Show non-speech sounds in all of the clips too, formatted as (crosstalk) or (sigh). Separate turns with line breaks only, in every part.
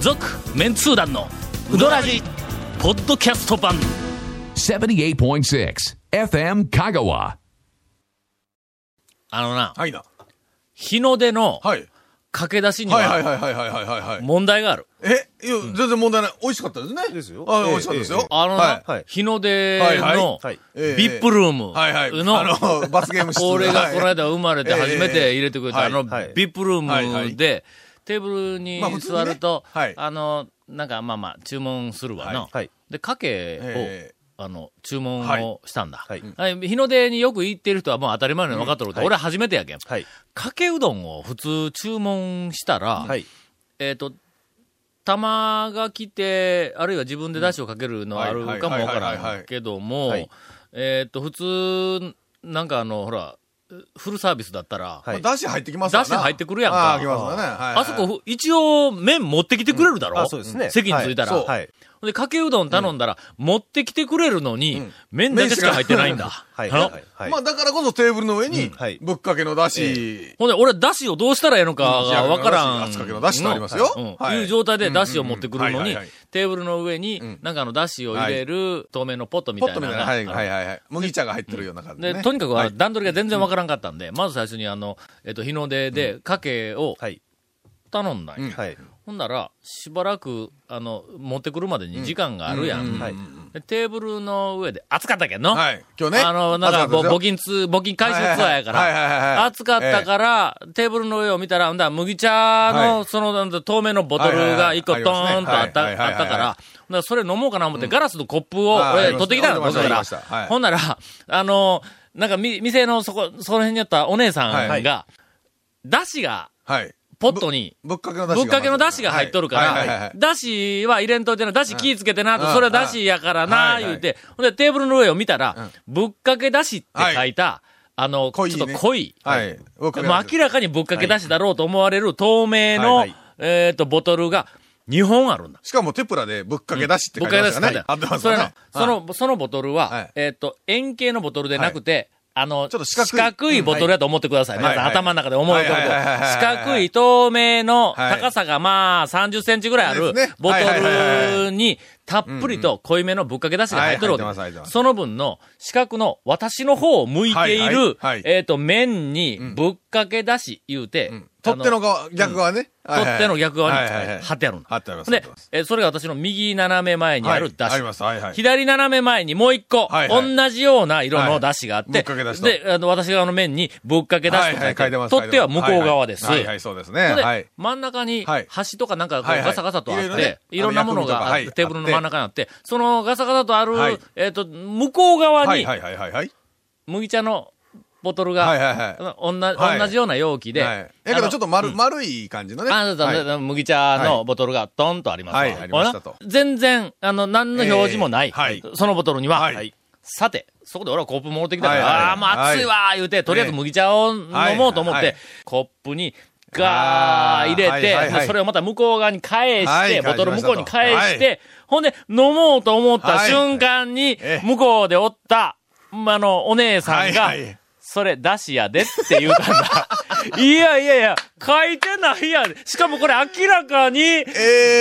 続メンツー団のウドラジポッドキャスト版
78.6 FM Kagawa.
あのな
はいな。
日の出の
はい。
駆け出しに
はいはい
は
はいはいはいはいはい。
問題がある
え、いや、全然問題ない。美味しかったですね。
ですよ
あ
ええ
美味しかったですよ
ええ。
あのな
は
はい
日の出
はいはい
の
はい
ええ
ビップルーム
い。はいはい。
の
あの、罰ゲーム室
俺がこの
はい
間生まれて初めて入れてくれたあ
はい
の
はい
ビップル
はいは
ーム
い
でテーブルに
まあ普通に
座
ね
ると
はい
あのなんかまあまあ注文するわな
はい。
でかけ
え
をあの注文
はい
をしたんだ
はい
はい日の出によく行ってる人はもう当たり前のように分かってるけど
うん
俺初めてやけん
はい。
かけうどんを普通注文したら
はい。
えっと玉が来て、あるいは自分で出汁をかけるのはあるかもわか
はいはいはい
ら
は
ん
い
けども
はい、
えっと、普通、なんかあの、ほら、フルサービスだったら、
は
え
い
まあ出汁入ってきます
出汁入ってくるやんか
あー、来ますわね。はいはい
あそこ、一応麺持ってきてくれるだろ
あ、そうですね。
席に着いたら。
ははい。
で、かけうどん頼んだら、持ってきてくれるのに、
うん
麺だけしか入ってないんだ。
はい。
あの
はいはい。
まあだからこそテーブルの上に
うんはい、
ぶっかけの出汁、
ほんで、俺、だしをどうしたらええのかがわからん。
厚かけの出汁とありますよ
うんうん
はい
い。う状態でだしを持ってくる
うんうん
の
はい
に
はいはい、
テーブルの上に
ん、
なんかあの、だしを入れる透明のポットみ
ポ
た
ッ
い
ト
な
み
の
たい
が。
な。はいはいはいはい。麦茶が入ってるような感じ
で、
でね。
とにかくあ
は
の
い
段取りが全然わからんかったんで、まず最初にあの、えっと、日の出で、かけを
はい。
頼んだんや
うん
はい。
ほんなら、しばらく、あの、持ってくるまでに時間があるや
うん
ん。
はい。
でテーブルの上で、暑かったけんの
はい。今日ね。
あの、なんか、ぼ募
僕
金ツ、募金回収ツアーやか
はいはいはいはいはい
ら、暑かったから、テーブルの上を見たら、んだ、麦茶
は
の、
い
その、なんだ透明のボトルが一個
はい
ト
はいはい
ーンとあった、
あ
あ
り
っ
ますねはい
たか
はいはい
ら、ほんならそれ飲もうかな思って、ガラスのコップを、
あー
え
あ
ー
りま
取
し
ったてきたの、
ありま
僕
した
ら
ありましたはい
ほんなら、あの、なんか、み、店のそこ、その辺にあったお姉さ
は
ん
い
が、だしが、
はい。
ポットに、
ぶっかけの出
ぶ
汁
っかけの出汁が入っとるか
はいはいはいは
ら
い、
出汁は入れんといてな、出汁気ぃつけてな、
うん
それは出汁やからな、
うん
言うて、ほんでテーブルの上を見たら、ぶっかけ出汁って書いた、あの、ちょ
濃
っ
いね
と濃い、
はい。ぶっかけの出汁
まあ明らかにぶっかけ出汁だろうと思われる透明の
はいはい、
えっと、ボトルが2本あるんだ。
しかもテプラでぶっかけ出しって
ぶ
書
っ
い
か
て
け
ま
出汁書い
したね
て。あ
あ
る
ります
そ
よ
れ
ね
の、その、そのボトル
は、
はいえっと、円形のボトルでなくて、あの、
ちょっと四角い
四角いボトルやと思ってください。
うん
まず
はいはい
頭の中で思い浮かべて。
はいはいはいはい
四角い透明の
はい
高さがまあ30センチぐらいある
ですね
ボト
はいはいはい
ルにたっぷりと濃いめのぶっかけ出汁が入ってるわけ
はい入
で。
ってます入ってますす
その分の四角の私の方を向いてい
はいはい
る
はい、
えっと、麺にぶっかけ出汁言うて
うん、取っ手の
あ
側、逆側ね。
取っ手の逆側に
はいはいはい
貼ってあるの。
貼ってあります貼っ
で
てます、
えそれが私の右斜め前にある出
はいあり
汁。
ます。はいはい。
左斜め前にもう一個、
はいはい
同じような色の出汁があって、
はいぶっかけ出汁
で、あの、私側の面にぶっかけ出
は
汁
い
と
は
書
い
い
書
て
いてます。
取っ手は向こう側です。
はいはい、そうですね。
ほんで
はい。
真ん中に
はい
箸とかなんかこう
はいはい
ガサガサとあって、
いろ
い
いろね
ろんなもの
あの
があ
薬味とか
テ
はい
ーブルの真ん中にあって、そのガサガサとある、
はい
えっ、と、向こう側
はい
に
はいはいはいはい。
麦茶のボトルが、
はいはいはい。
おんな
はい
同じような容器で、
はいだけ
あ
ど
の
ちょっと丸、丸い感じのね。
あなた、
はい
麦茶のボトルがドンとありますわ、
はいありましたと
ほら全然、あの、何の表示もない。
えーはい
そのボトルには、
はい
さて、そこで俺はコップ持ってきたから、
はいはい
ああ、もう暑いわー、言うて、とりあえず麦茶を飲もうと思って、
はいはい
コップに、ガー入れ
あ
て、
ーはいはいはい
でそれをまた向こう側に返して、
はい
ボトル
返
向
し
こ
ましたと
うに返して、ほんで、飲もうと思った
はい
瞬間に
え、え
向こうでおった、まあの、お姉さんが、
はいはい
それ、出しやでって言うたん
(laughs)
だ。いやいやいや、書いてないやん。しかもこれ明らかに、
え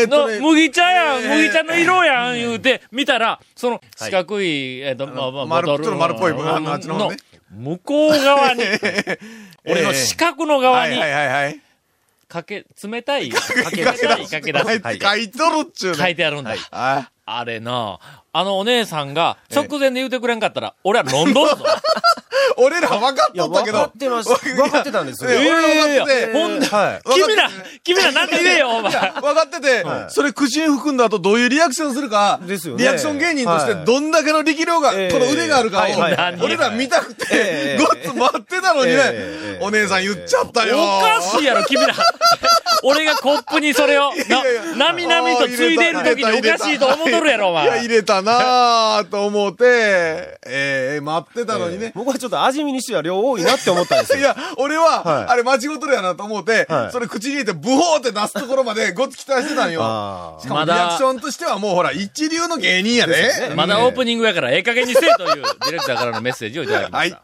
ーっ
の
とね、
麦茶やん、
えー
麦茶の色やん、言うて、見たら、その四角い、えっと、まあまあ、
丸
ボトル
ちょっと丸っぽい部分
うん
あっちの方ね
向こう側
(laughs)
に、俺の四角の側
は
に
いは、いはいはい。
かけ、冷たい、かけ、
け
冷たいかけ出す。
はい
書いとるっちゅうね。
書いてあるんだ。
あ
あれなあのお姉さんが直前で言うてくれんかったら、俺は飲んどるぞ。
俺ら分かっ
いや、
とった
分
け
か
ど
っ。
(laughs)
てます。分かってたんですよ。
え
い
え
やいやいや
(laughs) 俺は分かってて
ほんで、
は
君ら、君らなんか言えよ、お前
(laughs) い。や分かってて、それ口に含んだ後どういうリアクションするか、
ですよね
リアクション芸人として
はい
どんだけの力量が、
ええ
この腕があるかを、
はいはい
はい
俺ら見たくて、
ええ
ごっつ待ってたのにね、
ええ
お姉さん言っちゃったよ。
おかしいやろ、君ら。
(laughs)
俺がコップにそれを、
いやいや
な、なみなみとついでいる時におかしいと思っとるやろ、お
いや、
前
入。れたなぁと思って、ええ待ってたのに
い
ね。。
僕はちょっと味見にしては量多いなって思ったんです
い (laughs)
よ。
や、俺は、
はい
あれ間違うとるやなと思って、
はい
それ口に入れて、ブホーって出すところまでごっつ期待してたのよ。
あ
しか
ま
もリ
だ
アクションとしてはもうほら、一流の芸人やで。
まだオープニングやから、ええ加減にせえと
(laughs)
いう、ディレクターからのメッセージをいただきま
は
し
い
た。。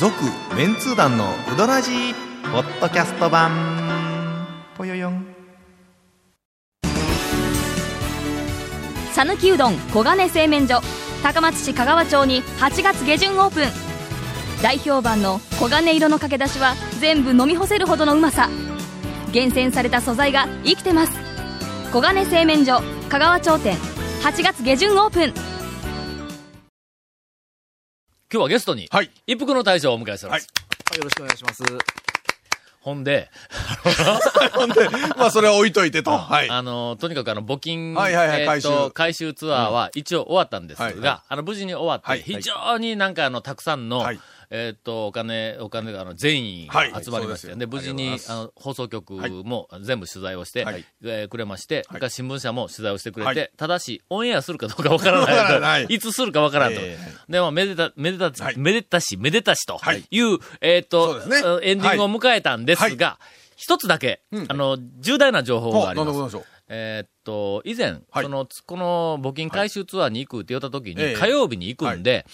続、メンツー団のうどらじ
ポッドキャスト版ぽよよん
讃岐うどん黄金製麺所高松市香川町に8月下旬オープン大評判の黄金色のかけだしは全部飲み干せるほどのうまさ厳選された素材が生きてます黄金製麺所香川町店8月下旬オープン
今日はゲストに、
はい。
一服の大将をお迎えしております。
よろしくお願いします。
ほんで、
ほんで、まあそれは置いといてと。はい。
あの、とにかくあの、募金、
はいはいはい
えーっと、回収ツアーは一応終わったんですが、
はいは
あの、無事に終わって、
はい
非常になんかあの、たくさんの、
はい
えーっと、お金、お金があの、全員
はい
集まりましたよ、
はい
で、無事に
そうで、す
あの、放送局も全部取材をして、
はい
えーくれまして、
はい
それから新聞社も取材をしてくれて、
はい
ただし、オンエアするかどうかわからない。
わからない
いつするかわからんと。
え
で、まあ、めでた、めでた、
はい
めでたし、めでたしと
はい
いう、えーっと、
そうですね
エンディングを迎えたんですが、一つだけ、あの、重大な情報があ
ほう、
ります
何で。ございましょう。
えーっと、以前、
はい
その、つこの募金回収ツアーに行くって言った時に、
ええ
火曜日に行くんで、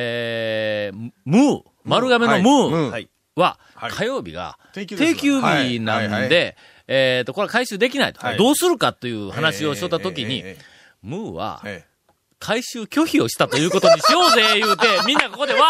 えー、ムー、丸亀のムー
はい。
は、
はい
火曜日が
定休です
定休日な
はい
ん
はいは
で、えーっと、これは回収できないと、
はい
どうするかという話をしとった時に、
ええええ
ムーは
ええええ
回収拒否をしたということにしよう
(laughs)
ぜ、言うて、みんなここでわ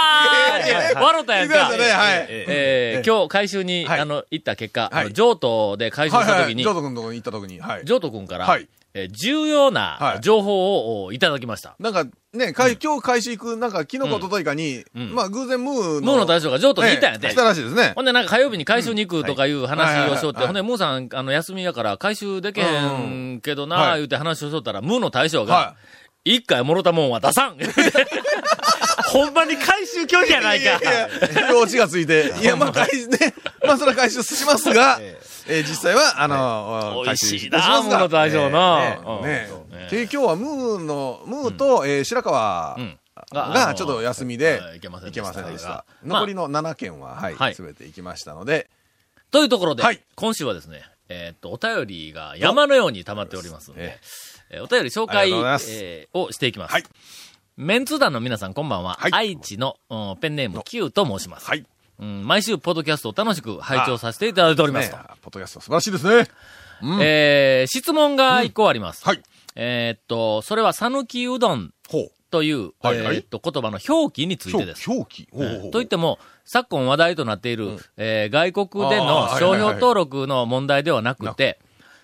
ーって、笑ったやんか。
聞いてましたねはい
えー
ええ
今日回収に、
はい
あの、行った結果、あ
は
の
い
上都で回収し
はい
た
は
時
い。
に、
ジョート君のとこに行った時に、はい。
ジョート君から、
はい
えー重要
は
ない情報をおいただきました。
なんかね、かい今日開始行く、なんか昨日ことといかに、
うん
まあ偶然ムーの。
ムーの大将がジョートに
ええ
いたんやて。
来たらしいですね
ほ。んで、なんか火曜日に回収に行くとかいう話をしようって、
はい
ほんで、ムーさん、あの、休みやから回収できへんけどな、
はい
言うて話をしとったら、ムーの大将が
は、
一回もろたもんは出
(laughs)
さんほんまに回収拒否やないか
い。やいや、用地がついて、いや、まあ、回収ね、まあ、それは回収します
(laughs)
が、えー実際は、あの、
美
回
味
収
しい
しま
な、
す
ム
が
ーの大将な。うん
ね
ね
で、今日はムーの、ムーと、えー白川
うんあ
が
の
ちょっと休みで
あ、いけません
行
でした
けませんでした。
まあ
残りの7件は、
は
はいい、すべて行きましたので、
というところで、
はい
今週はですね、えーっと、お便りが山のように溜まっておりますので
え、
えーお便り紹介、
ありがとうございます
えーをしていきます。
はい
メンツー団の皆さん、こんばんは。
はい
愛知の、うんペンネーム Q と申します、
はい。
うん。毎週、ポッドキャストを楽しく拝聴させていただいておりますと。、
ねポッドキャスト素晴らしいですね。
えー質問が一個あります。
はい。
えーっと、それは、さぬきうどん
ほう。
という、
はいはい
えーっと、言葉の表記についてです。
表記。ほうほうほう
といっても、昨今話題となっている、えー外国での
あーはい
商
はいはい
標登録の問題ではなくて、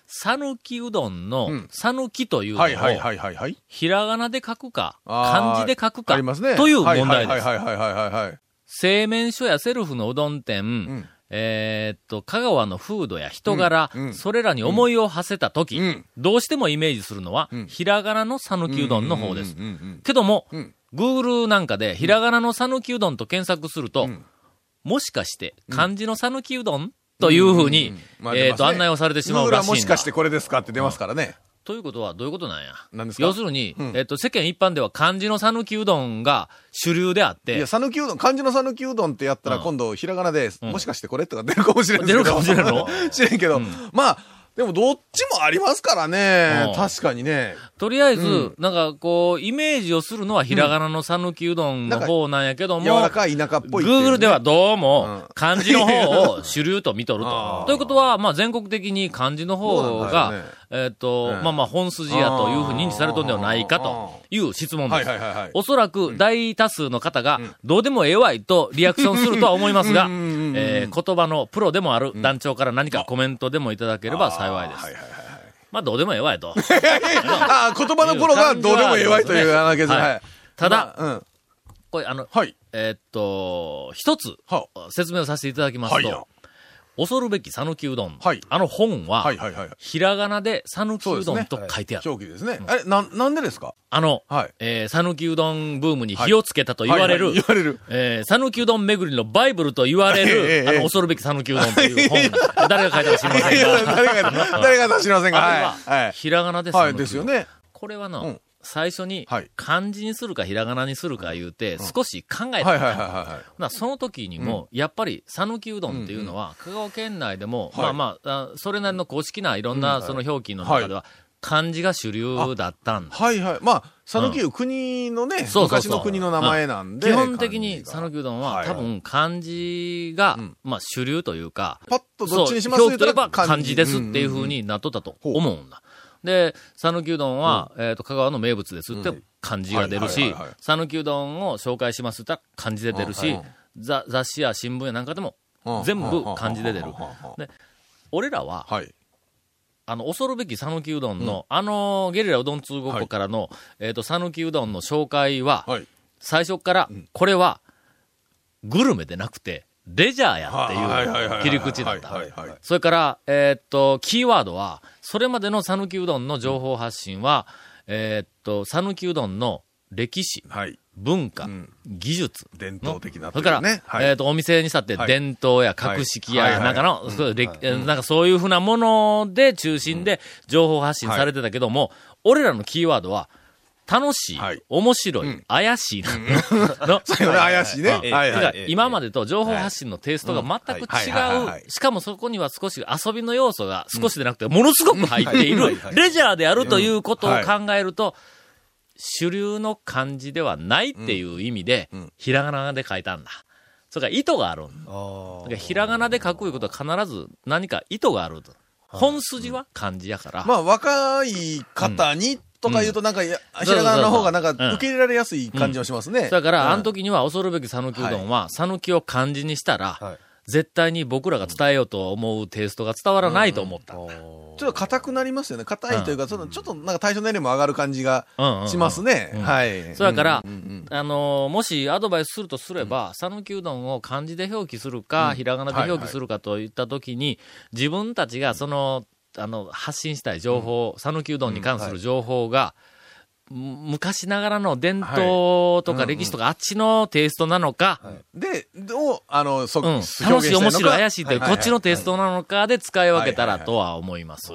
さぬきうどんの
ん、
さぬきというの
はいはいは
を、
いはいはい。
ひらがなで書くか、
あー
漢字で書くか、
ありますね。
という問題
は
で
い
す。
はいはいはいはいはいはい。
製麺所やセルフのうどん店、
ん
えーっと、香川の風土や人柄、
うんうん
それらに思いを馳せたとき、
うん
どうしてもイメージするのは、
ん
ひらがなのさぬきうどんの方です
うん。うんうん
けども、
うん
グー Google なんかで、ひらがなのさぬきうどんと検索すると、もしかして、漢字のさぬきうどんというふうに、
まあ
え
出
っ、
ます
と、
ね
案内をされてしま
ム
う
ー
ら
ラ
しいんだ。
もしかしてこれですかって出ますからね。
ということは、どういうことなんや。
何ですか
要するに、えっ、と、世間一般では漢字のさぬきうどんが主流であっ
い
て
や、、讃岐うどん、漢字の讃岐うどんってやったら
うん
今度ひらがなで、
ん
もしかしてこれとか出るかもしれないですけど。
出るかもしれんの
(laughs) 知れんけど。まあ、でもどっちもありますからね
う。ん
確かにね。
とりあえず、なんかこう、イメージをするのはひらがなのさぬきうどんの方なんやけども、
柔らかい田舎っぽいっていうね。
Google ではどう
う
も
ん
漢字の方を主流と見とると
(laughs) あ。ー
ということは、まあ全国的に漢字の方
そうな
が、
んだよね
えっ、と、
うん
まあまあ本筋やというふうに認知されとるんではないかという質問です。
はいはいはいはい
おそらく大多数の方が、どうでもええわいとリアクションするとは思いますが、
うんうんうんうん
えー言葉のプロでもある団長から何かコメントでもいただければ幸いで
あーはい
す。
はいはい
まあどうでもええわい
(laughs)
と。
あー言葉のプロがどうでもええわいというわけですね。
はい
はい
ただ、
まあうん。
これあの、
はい。
えっと、一つ
は
説明をさせていただきます
はい
と
よ、
恐るべき讃岐うどん、
はい
あの本は、
はいはいはい。
ひらがなで讃岐うどんと書いてある。
表記ですね。あれ、なん、なんでですか
あの、
はい
えー、讃岐うどんブームに火をつけたと言われる、
はいはい言われる。
えー、讃岐うどん巡りのバイブルと言われる、
ええええ
あの、恐るべき讃岐うどんという
(laughs)
本、誰が書いたか知りませ
い
ん
や
が、
誰が、誰が出しませんが。
あれ
はい。は
は、ひらがなで
い。はい、
讃
で
岐
す
うど
よ
ん。
ね。
これはの、
うん
最初に
はい、
漢字にするかひらがなにするか言うて、少し考えた
はい
ん
は
だ
いはいは
まあ、その時にも、やっぱり、讃岐うどんっていうのは、香川県内でも、
はい
まあまああ、それなりの公式ないろんなその表記の中では、漢字が主流だったんだ。
はいはい。まあ、讃岐う国のね、
そうそう
昔
そう
の国の名前なんで。
基本的に
漢字が
讃岐うどんは、
はい
多分漢字が、まあ主流というか、
パッとどっちにします
そう
言
表記と
うた
いえ
ら
ば漢字ですっ
うん
ていうふうになっとったと思うんだ。で、讃岐うどんは、えっ、と、香川の名物ですって漢字が出る
はい
し
はいはいはい、
讃岐うどんを紹介しますって言ったら漢字で出るし、
うんうん
ざ雑誌や新聞やなんかでも
うん
全部漢字で出る
うんは
で俺らは、
い。
あの、恐るべき讃岐うどんの、あの、ゲリラうどん通合庫からの、えっ、と、讃岐うどんの紹介は、
はい。
最初から、これは、グルメでなくて、レジャー
はいはいはい
やって
はいいう
切り口だっ
はい
た
はいはいはい。
それから、えーっと、キーワードは、それまでの讃岐うどんの情報発信は、えーっと、讃岐うどんの歴史、
はい。
文化、
ん
技術の。
伝統的な
そ
とい
れか
う
ら、
かねはい
えーっと、お店にしたって
はい
伝統や格式や、
はいはい
なんかの、そう歴えーなんかそういうふうなもので中心で情報発信されてたけども、俺らのキーワードは、楽しい、
はい
面白い、
うん
怪しいな、の、
(laughs) そういうの怪しいね。
は
はいい
だ
は
か
い
ら今までと情報発信のテイストが全く
はいはいはいはいは
違、
いう
しかもそこには少し遊びの要素が少しでなくて、ものすごく入っている、レジャーであるということを考えると、主流の漢字ではないっていう意味で、ひらがなで書いたんだ。それから意図があるんだ。だからひらがなで書くいうことは必ず何か意図があると。本筋は漢字やから。
まあ、若い方にとか言うと、なんか、いやひらがなの方がなん
うん
か受け入れられやすい感じはしますね。
だから、あ
うん
の時には恐るべき讃岐うどんは、讃岐を漢字にしたら、絶対に僕らが伝えようと思うテイストが伝わらないと思った。
ちょっと硬くなりますよね。硬いというか、そのちょっとなんか対象年齢も上がる感じが
うんうんうん
しますね。
うん
はい。
そやから
うんうん
あのーもしアドバイスするとすれば、讃岐うどんを漢字で表記するか、ひらがなで表記するかといったときに、自分たちがその、あの、発信したい情報、讃岐うどんに関する情報が、む昔ながらの伝統とか歴史とか、あっちのテイストなのか、
うんで、どう、あの、そ、
うん、楽
表現
しい、
たの
面
か
白い、怪しいという、
は
こっちのテイストなのかで使い分けた
は
ら
いはいはい
とは思います。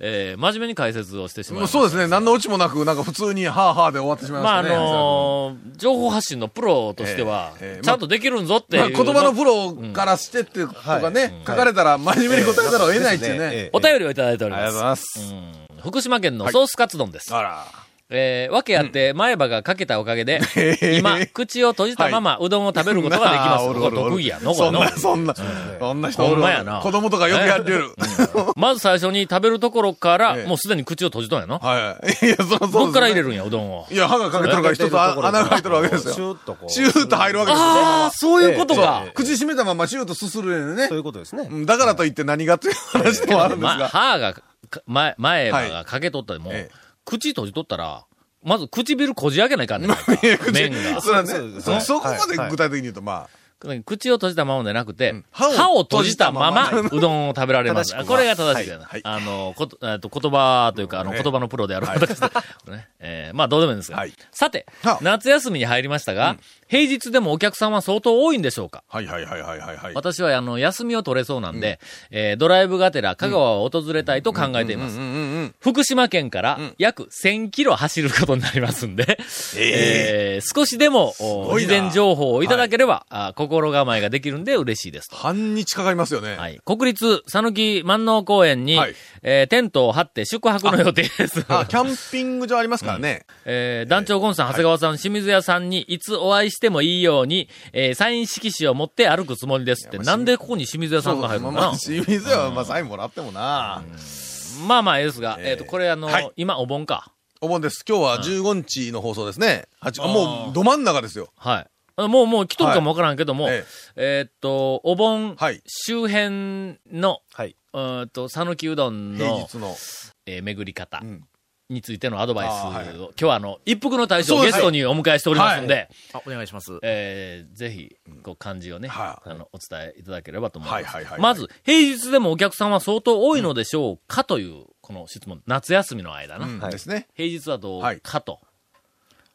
えー真面目に解説をしてしまい
もう
ます。
そうですね。何のオチもなく、なんか普通に、はあはあで終わってしまい
まあ、あ
ましたね。
のー情報発信のプロとしては
えええ、え
ちゃんとできるんぞっていう
まあ、
の、
言葉のプロからしてってとかね、書かれたら真面目に答えざるを得ないっていうね。
お便りをいただいており
あり
ま
がとうござい
す。
ます。
福島県のソースカツ丼です。
あら。
えー、訳あって前歯がかけたおかげで、今、口を閉じたままうどんを食べることができます。
なあおるおるお
これ
る
得意やの、こ
そ
れ
ん
の
な、。そんな、そんな人お
ほん
る
ま
わ
やな
子供とかよくやってる。
まず最初に食べるところから、
ええ
もうすでに口を閉じとんやの。
はい。いや、そうそう。
どっから入れ
る
るんや、うどんを。
いや、歯がかけとるから一つあ穴が開いてるわけです
シュ
よ。
ーッとこう。
シューッと入るわけですよ。
ああ、そういうことか
ええ。
口閉めたままシューッとすするよね
そうい。うことですね。
うんだからといって何がという話でもあるんです
まあ、
が。
歯がか、前、前歯がかけとったりも、
ええ
口閉じとったら、まず唇こじ開けないかんねんか麺が。
それはね
そうそ
そ
う
そこまで
はい
具体的に言うと、まあ。
口を閉じたままでなくて、
ん
歯を閉じたまま、
歯を
うどんを食べられます。
正しくは
これが正しいだよな。
はい
あの、こと、えっと、言葉というか、あの、
ね
言葉のプロである私で、ねえーまあ、どうでもいいんですが。
はい
さて
はあ、
夏休みに入りましたが、平日でもお客さんは相当多いんでしょうか
はいはいはいはいはいはい。
私は、あの、休みを取れそうなんで、えードライブがてら香川を訪れたいと考えています。
うんうんうん。
福島県から約1000キロ走ることになりますんで、えー少しでも、お
ごい
事
な
前情報をいただければ、あ心構えができるんで嬉しいですと。
半日かかりますよね。
はい。国立讃岐万能公園に、
はい
えーテントを張って宿泊の予定です。
あ、キャンピング場ありますからね。
(laughs) えー団長ゴンさん、長谷川さん、清水屋さんにいつお会いしてもいいように、えーサイン色紙を持って歩くつもりですって、なんでここに清水屋さんが入るのか
まあ
な
まあ、清水屋は、まあ、サインもらってもな。
まあまあ、ええですが、え
え
っ、と、これあの、
はい
今お盆か。
お盆です。今日は15日の放送ですね。はちあもう、ど真ん中ですよ。
はい。あもう、もう来とるかもわからんけども、
はいえ
えーっと、お盆
はい
周辺の、
はい。
うーんと、讃岐うどん
平
の
日、の。
えー巡り方
ん
についてのアドバイスを、
あーはい
今日はあの、一服の大将を
そう
ゲ
です
ストにお迎えしておりますので、
あ、お願いします。
えーぜひ、こう、漢字をね、
はい
あの、お伝えいただければと思います。
はいはいはいはい
まず、平日でもお客さんは相当多いのでしょうかという、この質問。夏休みの間な。
うん
はい
ですね。
平日はどうかと。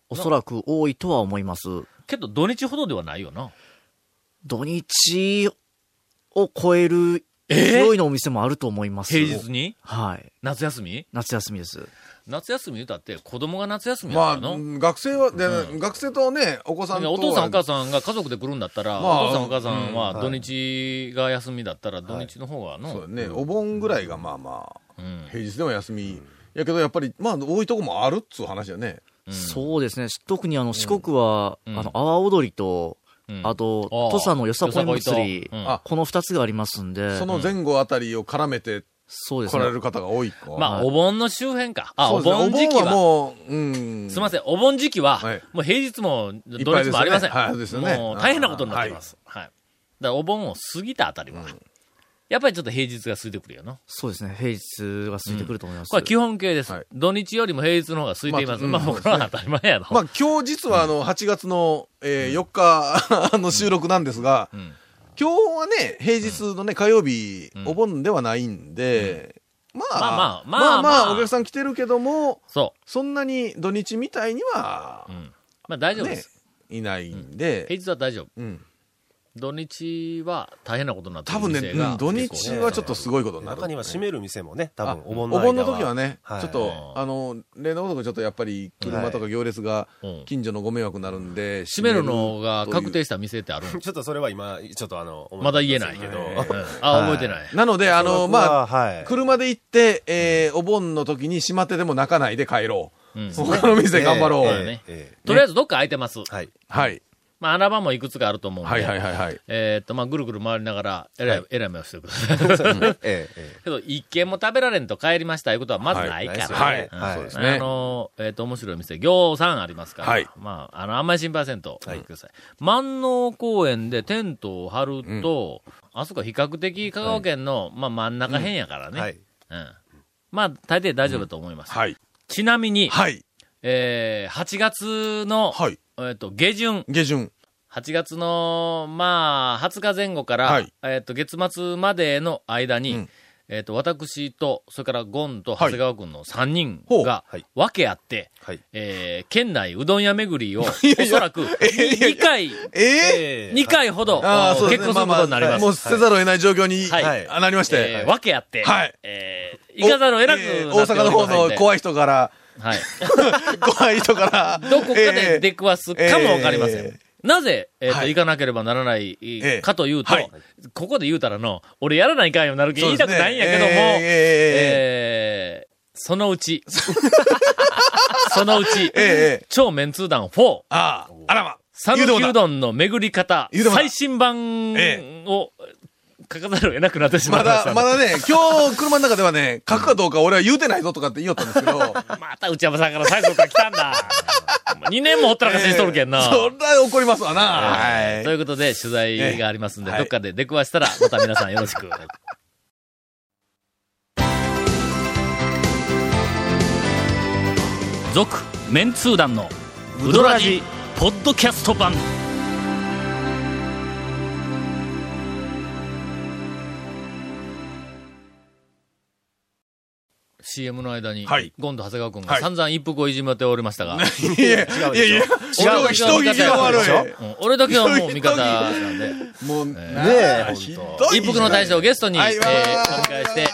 おそらく多いとは思います。
けど、土日ほどではないよな。
土日を超える
えー
広いのお店もあると思います。
平日に
はい。
夏休み
夏休みです。
夏休み言うたって、子供が夏休みや
ま
か
あ、
らの。
学生は、で学生とね、お子さんと。
お父さんお母さんが家族で来るんだったら、
まあ
お父さんお母さんは土日が休みだったら、土日の方がの、
そうだね。お盆ぐらいが、まあまあ、平日でも休み。やけどやっぱり、まあ、多いとこもあるっつう話やね。
そうですね。特にあの、四国は、あの、阿波踊りと、
ん
あと、
ああ
土佐のよさこい祭り
よさこいとうん
あ、
この二つがありますんで、
その前後あたりを絡めて
そうです
来
ね
ら。れる方が多いか。
まあ、
はい
お盆の周辺か。あ、
そ
お
うですね
盆時期
お盆は
は。
もう、うん。
すみません、お盆時期は、
はい
もう平日も
いっ
土
ぱい
日
ですよ
も
ね
ありません。
はいですよね
もう大変なことになってます。はい。だからお盆を過ぎたあたりは、やっぱりちょっと平日が過ぎてくるよな。
そうですね。平日が空いてくると思います。
これは基本形です、
はい
土日よりも平日の方が空いています。ま
ま
あ、
あ
もうこれは当たり前やろ。
まあ今日実はあの8月の、えー4日 (laughs) あの収録なんですが、
ん
今日はね、平日のね、火曜日、お盆ではないんで、ま
まあ
あ、
まあまあ
まあ
まあ
お客さん来てるけども、
そ
そんなに土日みたいには
う。う、ん。まあ、大丈夫で
ね
す。、
いないんで、
平日は大丈夫。
うん、
土日は大変なことになってる
多分ね、
店が
うん土日はちょっとすごいことになる
中。には閉める店もね、多分お盆の
お
間は
盆の時はね、
はい
ちょっと、あの、例のごとくちょっとやっぱり車とか行列が
うん
近所のご迷惑になるんで、
閉めるのが確定
し
した店ってあるん
(laughs) ちょっとそれは今、ちょっとあの、
まだ言えないけど。うんあ、覚えてない。
なので、あの、まあ、
はい。
車で行って、えーお盆の時に閉まってでも泣かないで帰ろう。
うん
他の店頑張ろう。
ええねとりあえずどっか空いてます。
はい。
はい。
まあ、穴場もいくつかあると思うんで。
はいはいはいはい。
えーっと、まあ、ぐるぐる回りながら、えらい、えらい目をしてくだ (laughs) さい。
(laughs)
えええ
けど、一軒も食べられんと帰りましたいうことはまずないから。
はい
うん
はい
そうですね
あの、えっ、と、面白い店、行さんありますから。
はい
まあ、あの、あんまり心配せんと。はい。ください。万能公園でテントを張ると、あそこ比較的香川県の、まあ、真ん中辺やからね。
えはい。
うん。まあ、大抵大丈夫だと思います。
はい。
ちなみに、
はい。
えー、8月の、
はい。
えっ、と、下旬、
下旬。
8月の、まあ、20日前後から、
はい
えっ、と、月末までの間に、
うん
えっ、と、私と、それからゴンと長
はい
谷川君の3人
ほう
が
はい、
分け合って、
はい。
えー県内うどん屋巡りを、
いや
おそら
(laughs)
く、2回、
ええ
え
2回ほど、お結婚することになります。
もうせざるを得ない状況に、
はい
あなりまして。
えー分け合って、
はい
えー行かざるを得なくなっており
えー
ま
大
す
阪の方の怖い人から、
はい。
(laughs) 怖い人から。
どこかで出くわすかもわかりません。
えー
なぜ、えっ、と、
はい
行かなければならない
えー
かというと、
はい
ここで言うたらの、俺やらないかんよなるけど言
そう
い
で
た
す
く
ね
ないんやけども、
えー
えーそのう
(laughs)
ち、そのうち、
えーえー
超メンツー団4、
ああ、あらま。
讃
言う
岐
ても
う
だ
どんの巡り方
言うて、もだ
最新版
え
を書かざるを得なくなってしま
ま
いまし
だ
た、ね。
まだね、今日車の中ではね、書くかどうか俺は言うてないぞとかって言おったんですけ
(laughs)
ど。
また内山さんから最初から来たん
(laughs)
だ。2年もほったらかしにしとるけんな。
えーそりゃ怒りますわな。はい
ということで、取材がありますんで、
ええ
どっかで出くわしたら、また皆さんよろしく。 (laughs) 続、メンツー団の、ウドラジ、ポッドキャスト版。CM の間に、
はい
ゴンと長谷川君が
はい
散々一服をいじめておりま (laughs) したが、
いやいや、いやいや、俺は人聞きが悪い。
うん俺だけはもう味方なんで。
もう、ね
え
ひどい。
一服の大将をゲストに、え
は
ー
い
お
わー
迎えして、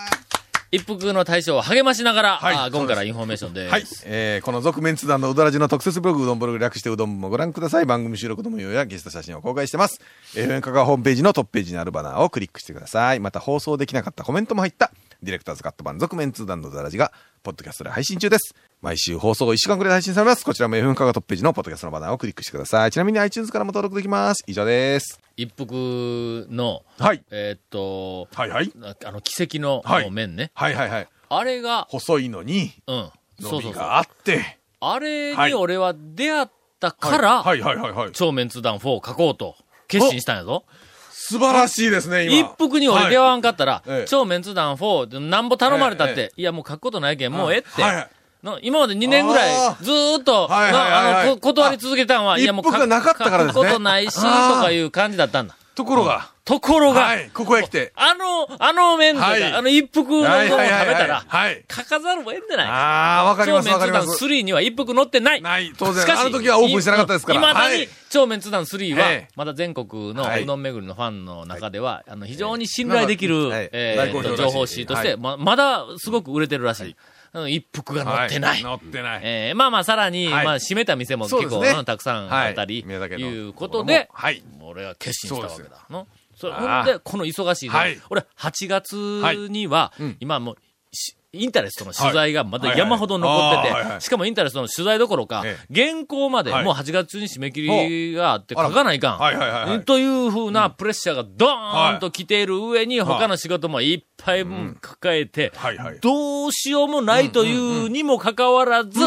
一服の大将を励ましながら、
はい
あーゴンからインフォメーションです。
はい。えー、この続面通談のうどらじの特設ブログ、うどんブログ略してうどんもご覧ください。番組収録の模様やゲスト写真を公開してます。FM 香川ホームページのトップページにあるバナーをクリックしてください。また放送できなかったコメントも入った、ディレクターズカット版続面通談のうどらじが、ポッドキャストで配信中です。毎週放送1週間くらいで配信されます。こちらも FM 香川トップページのポッドキャストのバナーをクリックしてください。ちなみに iTunes からも登録できます。以上です。
一服の、
はい。
えーっと、
はいはい。
あの、奇跡の
はい
麺ね。
はいはいはい。
あれが、
細いのに、
うん。そ
伸
うそうそ
び
う。
があって。
あれ
は
に
い
俺は出会ったから、
はいはいはいはい。
超メンツ団4を書こうと決心したんやぞ。
素晴らしいですね、今。
一服に俺出会わんかったら、
ええ
超メンツ団4、なんぼ頼まれたって、
え
いやもう書くことないけん、もうええって。
はいはい
の今まで2年ぐらい
あ、ー
ずーっと、
はいはいはい
な
は
あ
い
のこ断り続けたんは、
あ
いやもう
一服がなかったからですね
書くことないし、と
あー
かいう感じだったんだ。
ところが、
ところが、
はい、ここへ来て。
あの、あの麺とか、
はい
あの一服のうどんを
はい
食べ
はいはいはい
たら、
はい
書かざるを得んじゃない
ああ、わかり
超
ます
メン
わか
ツ
りま
団
す。
3には一服乗ってない。
ない、当
しか
然。
し
あの時はオープンしてなかったですから。
いまだ
は
に
い、
超メンツ団3は、
ええ
まだ全国の
はいう
どん巡りのファンの中では、あの非常に信頼できる、
はい
え
大
ー
好評らしい
情報誌として、
はい
ままだすごく売れてるらしい。あの一服が載ってない。
乗ってない。
えーまあまあ、さらに、
はい
まあ、閉めた店も結
そうで
構、
すね
うんたくさん
は
あ
い
ったり、
宮崎の
いうことで、
はい
俺は決心したわけだ。のそれ
ああ
ほんで、この忙しいの、
はい
俺、8月には、
ん
今もう、しインタレストの取材がまだ山ほど残って
はいはいはいあーはいは
て、
い
しかもインタレストの取材どころか
え、
原稿まで
はい
もう8月中に締め切りがあって書かないかん。
はいはいはいはい。
というふうなプレッシャーがドーンと来ている上に、他の仕事もいっぱい分抱えて
はいはい、
どうしようもないというにもかかわらず、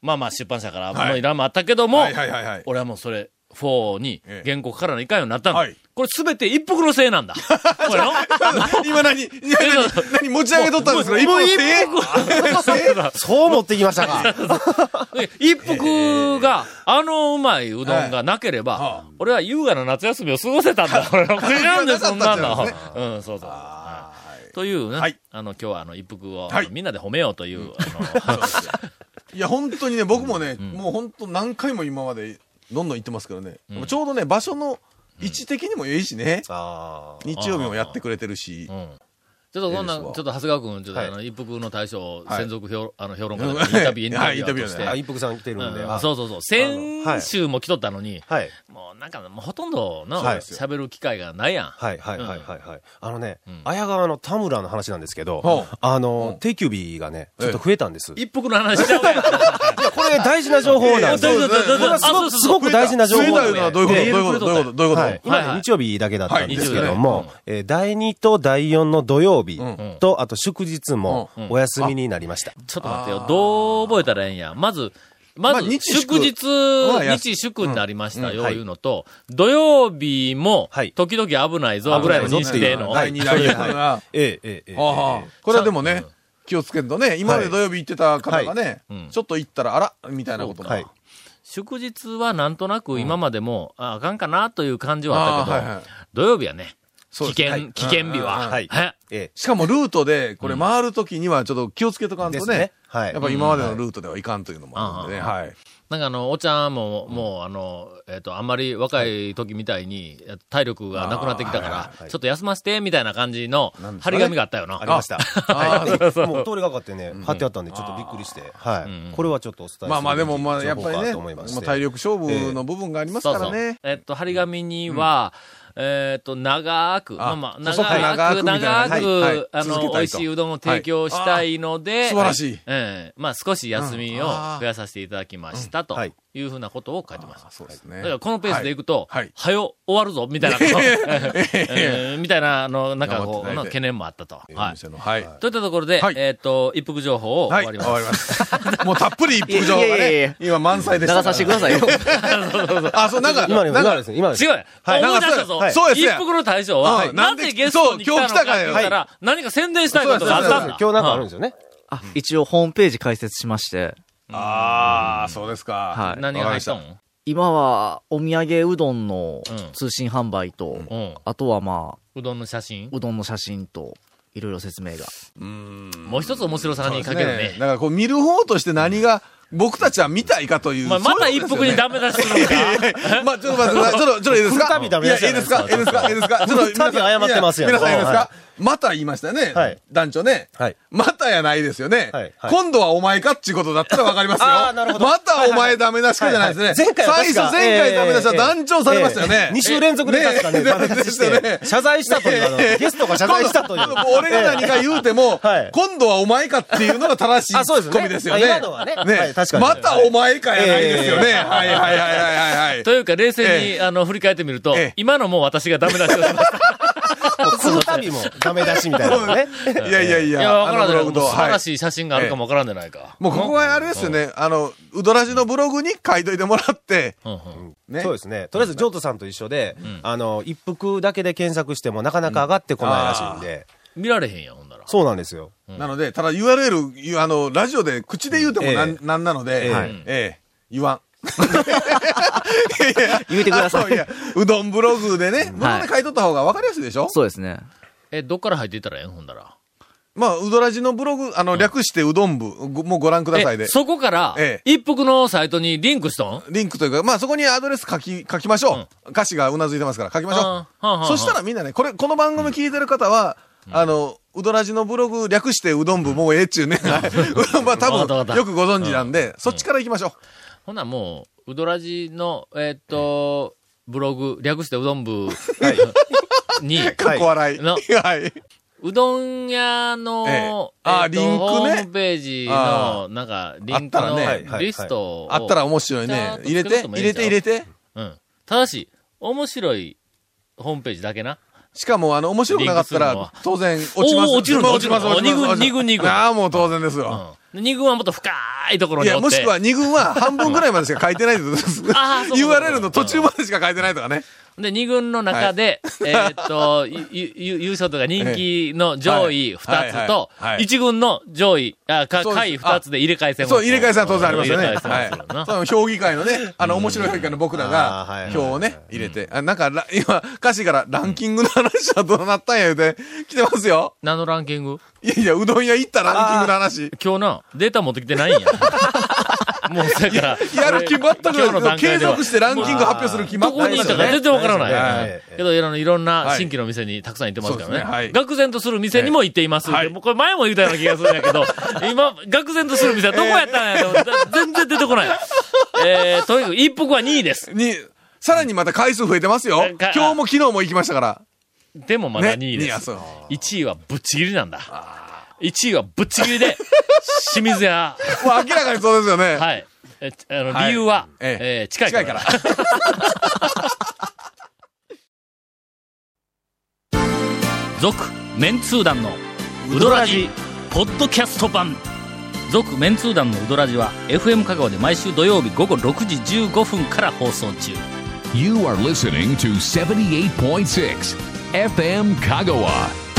まあまあ出版社から
はい
もういらんもあったけども
はい、はいはいはい。
俺はもうそれ、4に
ええ
原稿書からないかんようになったの
はい。
これすべて一服のせいなん
(laughs)
だ。これの
今何、何、何、何持ち上げとったんですか今のせい (laughs)
そう持ってきましたか。
で一服が、あのうまいうどんがなければ、
は
俺は優雅な夏休みを過ごせたんだ。 (laughs) 俺の国なんで、そんなん
な
だ。
かったって
うん、そうそう。はいというね、
はい
あの、今日はあの、一服を、
はい
みんなで褒めようという、
(laughs)
あの、
いや、本当にね、僕もね、もう本当何回も今までどんどん行ってますからね。
ん
ちょうどね、場所の位置的にもいいしね。
ああ。
日曜日もやってくれてるし。
うんちょっとこんな、
いい
ち
です
ょ
わ
っと長谷川君、ちょっとあの、
は
一服の大将、
はい
専属評あの評論家でインタビュー、インタ
は
ビ
い
ューとし
インタビューね
あ、
て。
一服さん来てるんで。
うん
あ
そうそうそう。
は
先
い
週も来とったのに、
はい。
もうなんか、もうほとんどの
はい
喋る機会がないやん。
はいはい
うん
はいはいはい。あのね
ん、
綾川の田村の話なんですけ
ほ
ど
う、
あの、定休日がね、ちょっと増えたんです。い
一服の話しちゃうやん。
や、これ大事な情報なんです
そう
よ。
そうそう
これはす
そ
ご
う
く、
そう
すごく大事な情報
増えた
な
よ
ん
う
で
な、どういうこと
ええ
どういうことどういうことどういうこと
はい、今ね
はいはい
日曜日だけだったんですけど
はい
も、えー第2と第4の土曜日
ん
と、あと祝日も
うん
お休みになりました。
ちょっと待ってよ。どう覚えたらええんや。まず、ま
まあ
ず、
日
祝
祝
日、
は安
日祝になりましたよ、
はい
いうのと、土曜日も
はい、
時々危ないぞ、ぐらいの日程の。
は
第
い
2弾やから。
ええええええ
ああ、これはでもね、気をつけんとね、今まで土曜日行ってた方がね、
はい
ちょっと行ったら、あら、みたいなことも。
はい。
祝日はなんとなく今までも、ああかんかなという感じはあったけど、
ああはいはい
土曜日はね、
そう
危
です
険、
ねはい
危険日は。
はい
え
ええ
しかもルートで、これ回るときにはちょっと気をつけとかんと
です
ね
ね、はい
やっぱ今までのルートではいかんというのもあるんでね、
うん
はい。
なんかあの、お茶も、もうあの、えっ、と、あんまり若い時みたいに、体力がなくなってきた
ああはい
か
はいは
ら、
い
ちょっと休ませて、みたいな感じの
なんですか
張
ね
り紙があったよな。
ありました。
あー
はい。もう通りがかってね、貼ってあったんで、ちょっとびっくりして、はい。これはちょっとお伝えする
まあまあでも、まあ
情
やっ
報
ぱり
か
ね、
と思
ま
いま
あ
して
体力勝負の部分がありますからね。
えっと、張り紙には、えっと、長く、
あ
まあまあ、
細く
長く、
長くみたいな
長
はいは
く
い、
あ
続けたい
の、
と
美味しいいうどんを提供したいので、
はいあ素晴らしい
ええまあ、少し休みを
うんあー
増やさせていただきました、と
はい
いうふうなことを書いてました
あ。そうです
だ
ね
から、。このペースでいくと、
はいはい
はよ、終わるぞ、み
(laughs)
たいなこと、ええみたいな、あの、なんかこ
頑張
う、の
っていただいて
懸念もあったと。
お
はい。
店のはい。
といったところで、
はい
えっと、一服情報を
はい、
終
終
わ
わ
り
り
ます。
ます。もうたっぷり一服情報が
いやいやいや
ね、今満載で
流
したから。
させてくださいよ。
あ、そう、なんか、
今ね、
なん
今
か
ですね、今です
違うやん。
はい
思い出したぞ。
はいそうです
一
ね
服の大将は、
うん
な
なんん
で
で
ゲストに来たのかって言
そう今日来たからよ
ったら、何か宣伝したいことがあったんだ。
今日なんかあるんですよね。
(laughs) あ一応ホームページ開設しまして、
ああ、そうですか
は。
何が入った
わか
ん
今はお土産うどんの
うん
通信販売と、
うん。
あとはまあ、
うどんの写真。
うどんの写真と、いろいろ説明が。
もう一つ面白さに
りました
かける
そうです
ね。
だからこう見る方として何が、僕たちは見たいかという。
まあ、また一服に
だ
ダメ出しするのか。
(laughs)
(laughs)
まあ、ちょっと待ってください。ちょっと、ちょっといいですか
フルタビダメ
い
で
や、い
すよ
いですかいいですかいいですかちょっと、
フルタビ謝ってますよ
皆さんいいですかまた言いましたよ
は
ね
い。
団長ね
はい。
またやないですよね
はい。はい
今度はお前かっていうことだったらわかりますよ。
あーなるほど
またお前ダメ出しかじゃないですね。
はいは
最
い前回は確か
初、前回ダメ出しは
えー
団長されましたよね。
2週連続で確かね、
ね
ダメ出しし
ですよね
て、謝罪したという、あのゲストが謝罪したという。
今度今度俺が何か言うても、
はい
今度はお前かっていうのが正しい
あ
ツ
そうです
ッ
ね
コミですよね。
あ今のはねはい確かに
またお前かやないですよね。
ええ
はいはいはいはいはいはい
と。いうか、冷静に、あの、振り返ってみると
ええ、
今のも私がダメ出しをしました。
もうこの度もダメ出しみたいなのね。
いやいやい
い
や、
や、わからんじゃ
あ
な
のブログ
い。
と
素晴ら
はい
しい写真があるかもわからんじゃないか。
もうここはあれですよね、あの、うどらじのブログに書いといてもらって、
うんうん
ね。
そうですね。とりあえず、ジョートさんと一緒で、あの、一服だけで検索してもなかなか上がってこないらしいんで、
見られへんやん、ほんなら。
そうなんですよ。
なので、ただ URL、ゆあの、ラジオで口で言うてもなん、
え
なんなので、え
ええ
え言わん。
言うてくだ
あ
さ
のい
い。
や、うどんブログでね、ブログで書いとった方が分かりやすいでしょ
そうですね。
え、どっから入っていったらええん、ほんなら。
まあ、うどらじのブログ、あの、略してうどん部、ごもうご覧ください
え、
で。
そこから
え、
一服のサイトにリンクしとん
リンクというか、まあそこにアドレス書き、書きましょう。歌詞がうなずいてますから書きまし
あ
ょ
ーはあはあ
う。そしたらみんなね、これ、この番組聞いてる方は、あの、うどらじのブログ略してうどん部もうええっちゅうね。う (laughs) どん部
わかっ
は
たわ
多
かった
分よくご存知なんで、そっちから行きましょ
ほなもう、うどらじの、えーっと、 (laughs) ブログ、略してうどん部に、
う。かっこ笑い。
の
(laughs) はい。
うどん屋の、
ええあ
えっと
リンクね
ホームページ
あ
の、なんか、リンク
あったらね
はいは
の
い
リストを。
あったら面白い
ちゃ
ね
ん。と
入れて、
作る人もい
入
いで
れ
すよ
て、入れて。
うん。ただし、面白いホームページだけな。
しかも、あの、面白くなかった
リンク
ら
す、
当然、落ちます。
おー落ちるの
落ちます、
落ちるの
落ちます
二軍二軍二軍
ああ、もう当然です
う
よ。
ん。2軍はもっと深いところ
い
におっ
や、
て。
もしくは2軍は半分ぐらいまでしか書いてないってことです。
(laughs) あーそ
(laughs)
うそうそう
URL の途中までしか書いてないとかね。
で、2軍の中で、えーっと、ゆゆゆ優勝とか人気の上位
はい
2つと
はいは、い
1軍の上位、あ、か、
そうです
下位2つで入れ替え戦を
そう、入れ替えさん当然ありますよね。
入れ替え戦を
は
す
い
るな。
その評議会のね、あの、面白い評議会の僕ら
あーはい
が
は、い
票をね、入れて。あなんか、ら今、歌詞からランキングの話はどうなったんや言うて、来てますよ。
何のランキング
いやいや、うどん屋行ったランキングの話。
今日な、データ持ってきてないんや。もう、それから。
やる気全くない
今日の段
継
階では
続してランキング発表する気全
ど
く
こ
な
に
い
い
で
た
すよ
か全
ね。
然わからない。
はい
ええけど、いろんないろんな
はい
新規の店にたくさん行ってますからね。
そうですねはい
愕然とする店にも行っています。
はい
もうこれ前も言ったような気がするんやけど、今、愕然とする店はどこやったんやと思って、全然出てこ
(laughs)
ない。えー、とにかく一服は2位です。
に、さらにまた回数増えてますよ
なん。か
今日も昨日も行きましたから。
でもまだ2位
ね
で
二位あ
す。
そう
1位はぶっちぎりなんだ。1位はぶっちぎりで、清水屋。
もう明らかにそうですよね。
はい。えあの
はい
理由は、
ええ
えー近いか
近
ら。
いから。
(laughs) 続メンツー団のウドラジポッドキャスト版続メンツー団のウドラジは FM 香川で毎週土曜日午後6時15分から放送中
You are listening to 78.6 FM Kagawa.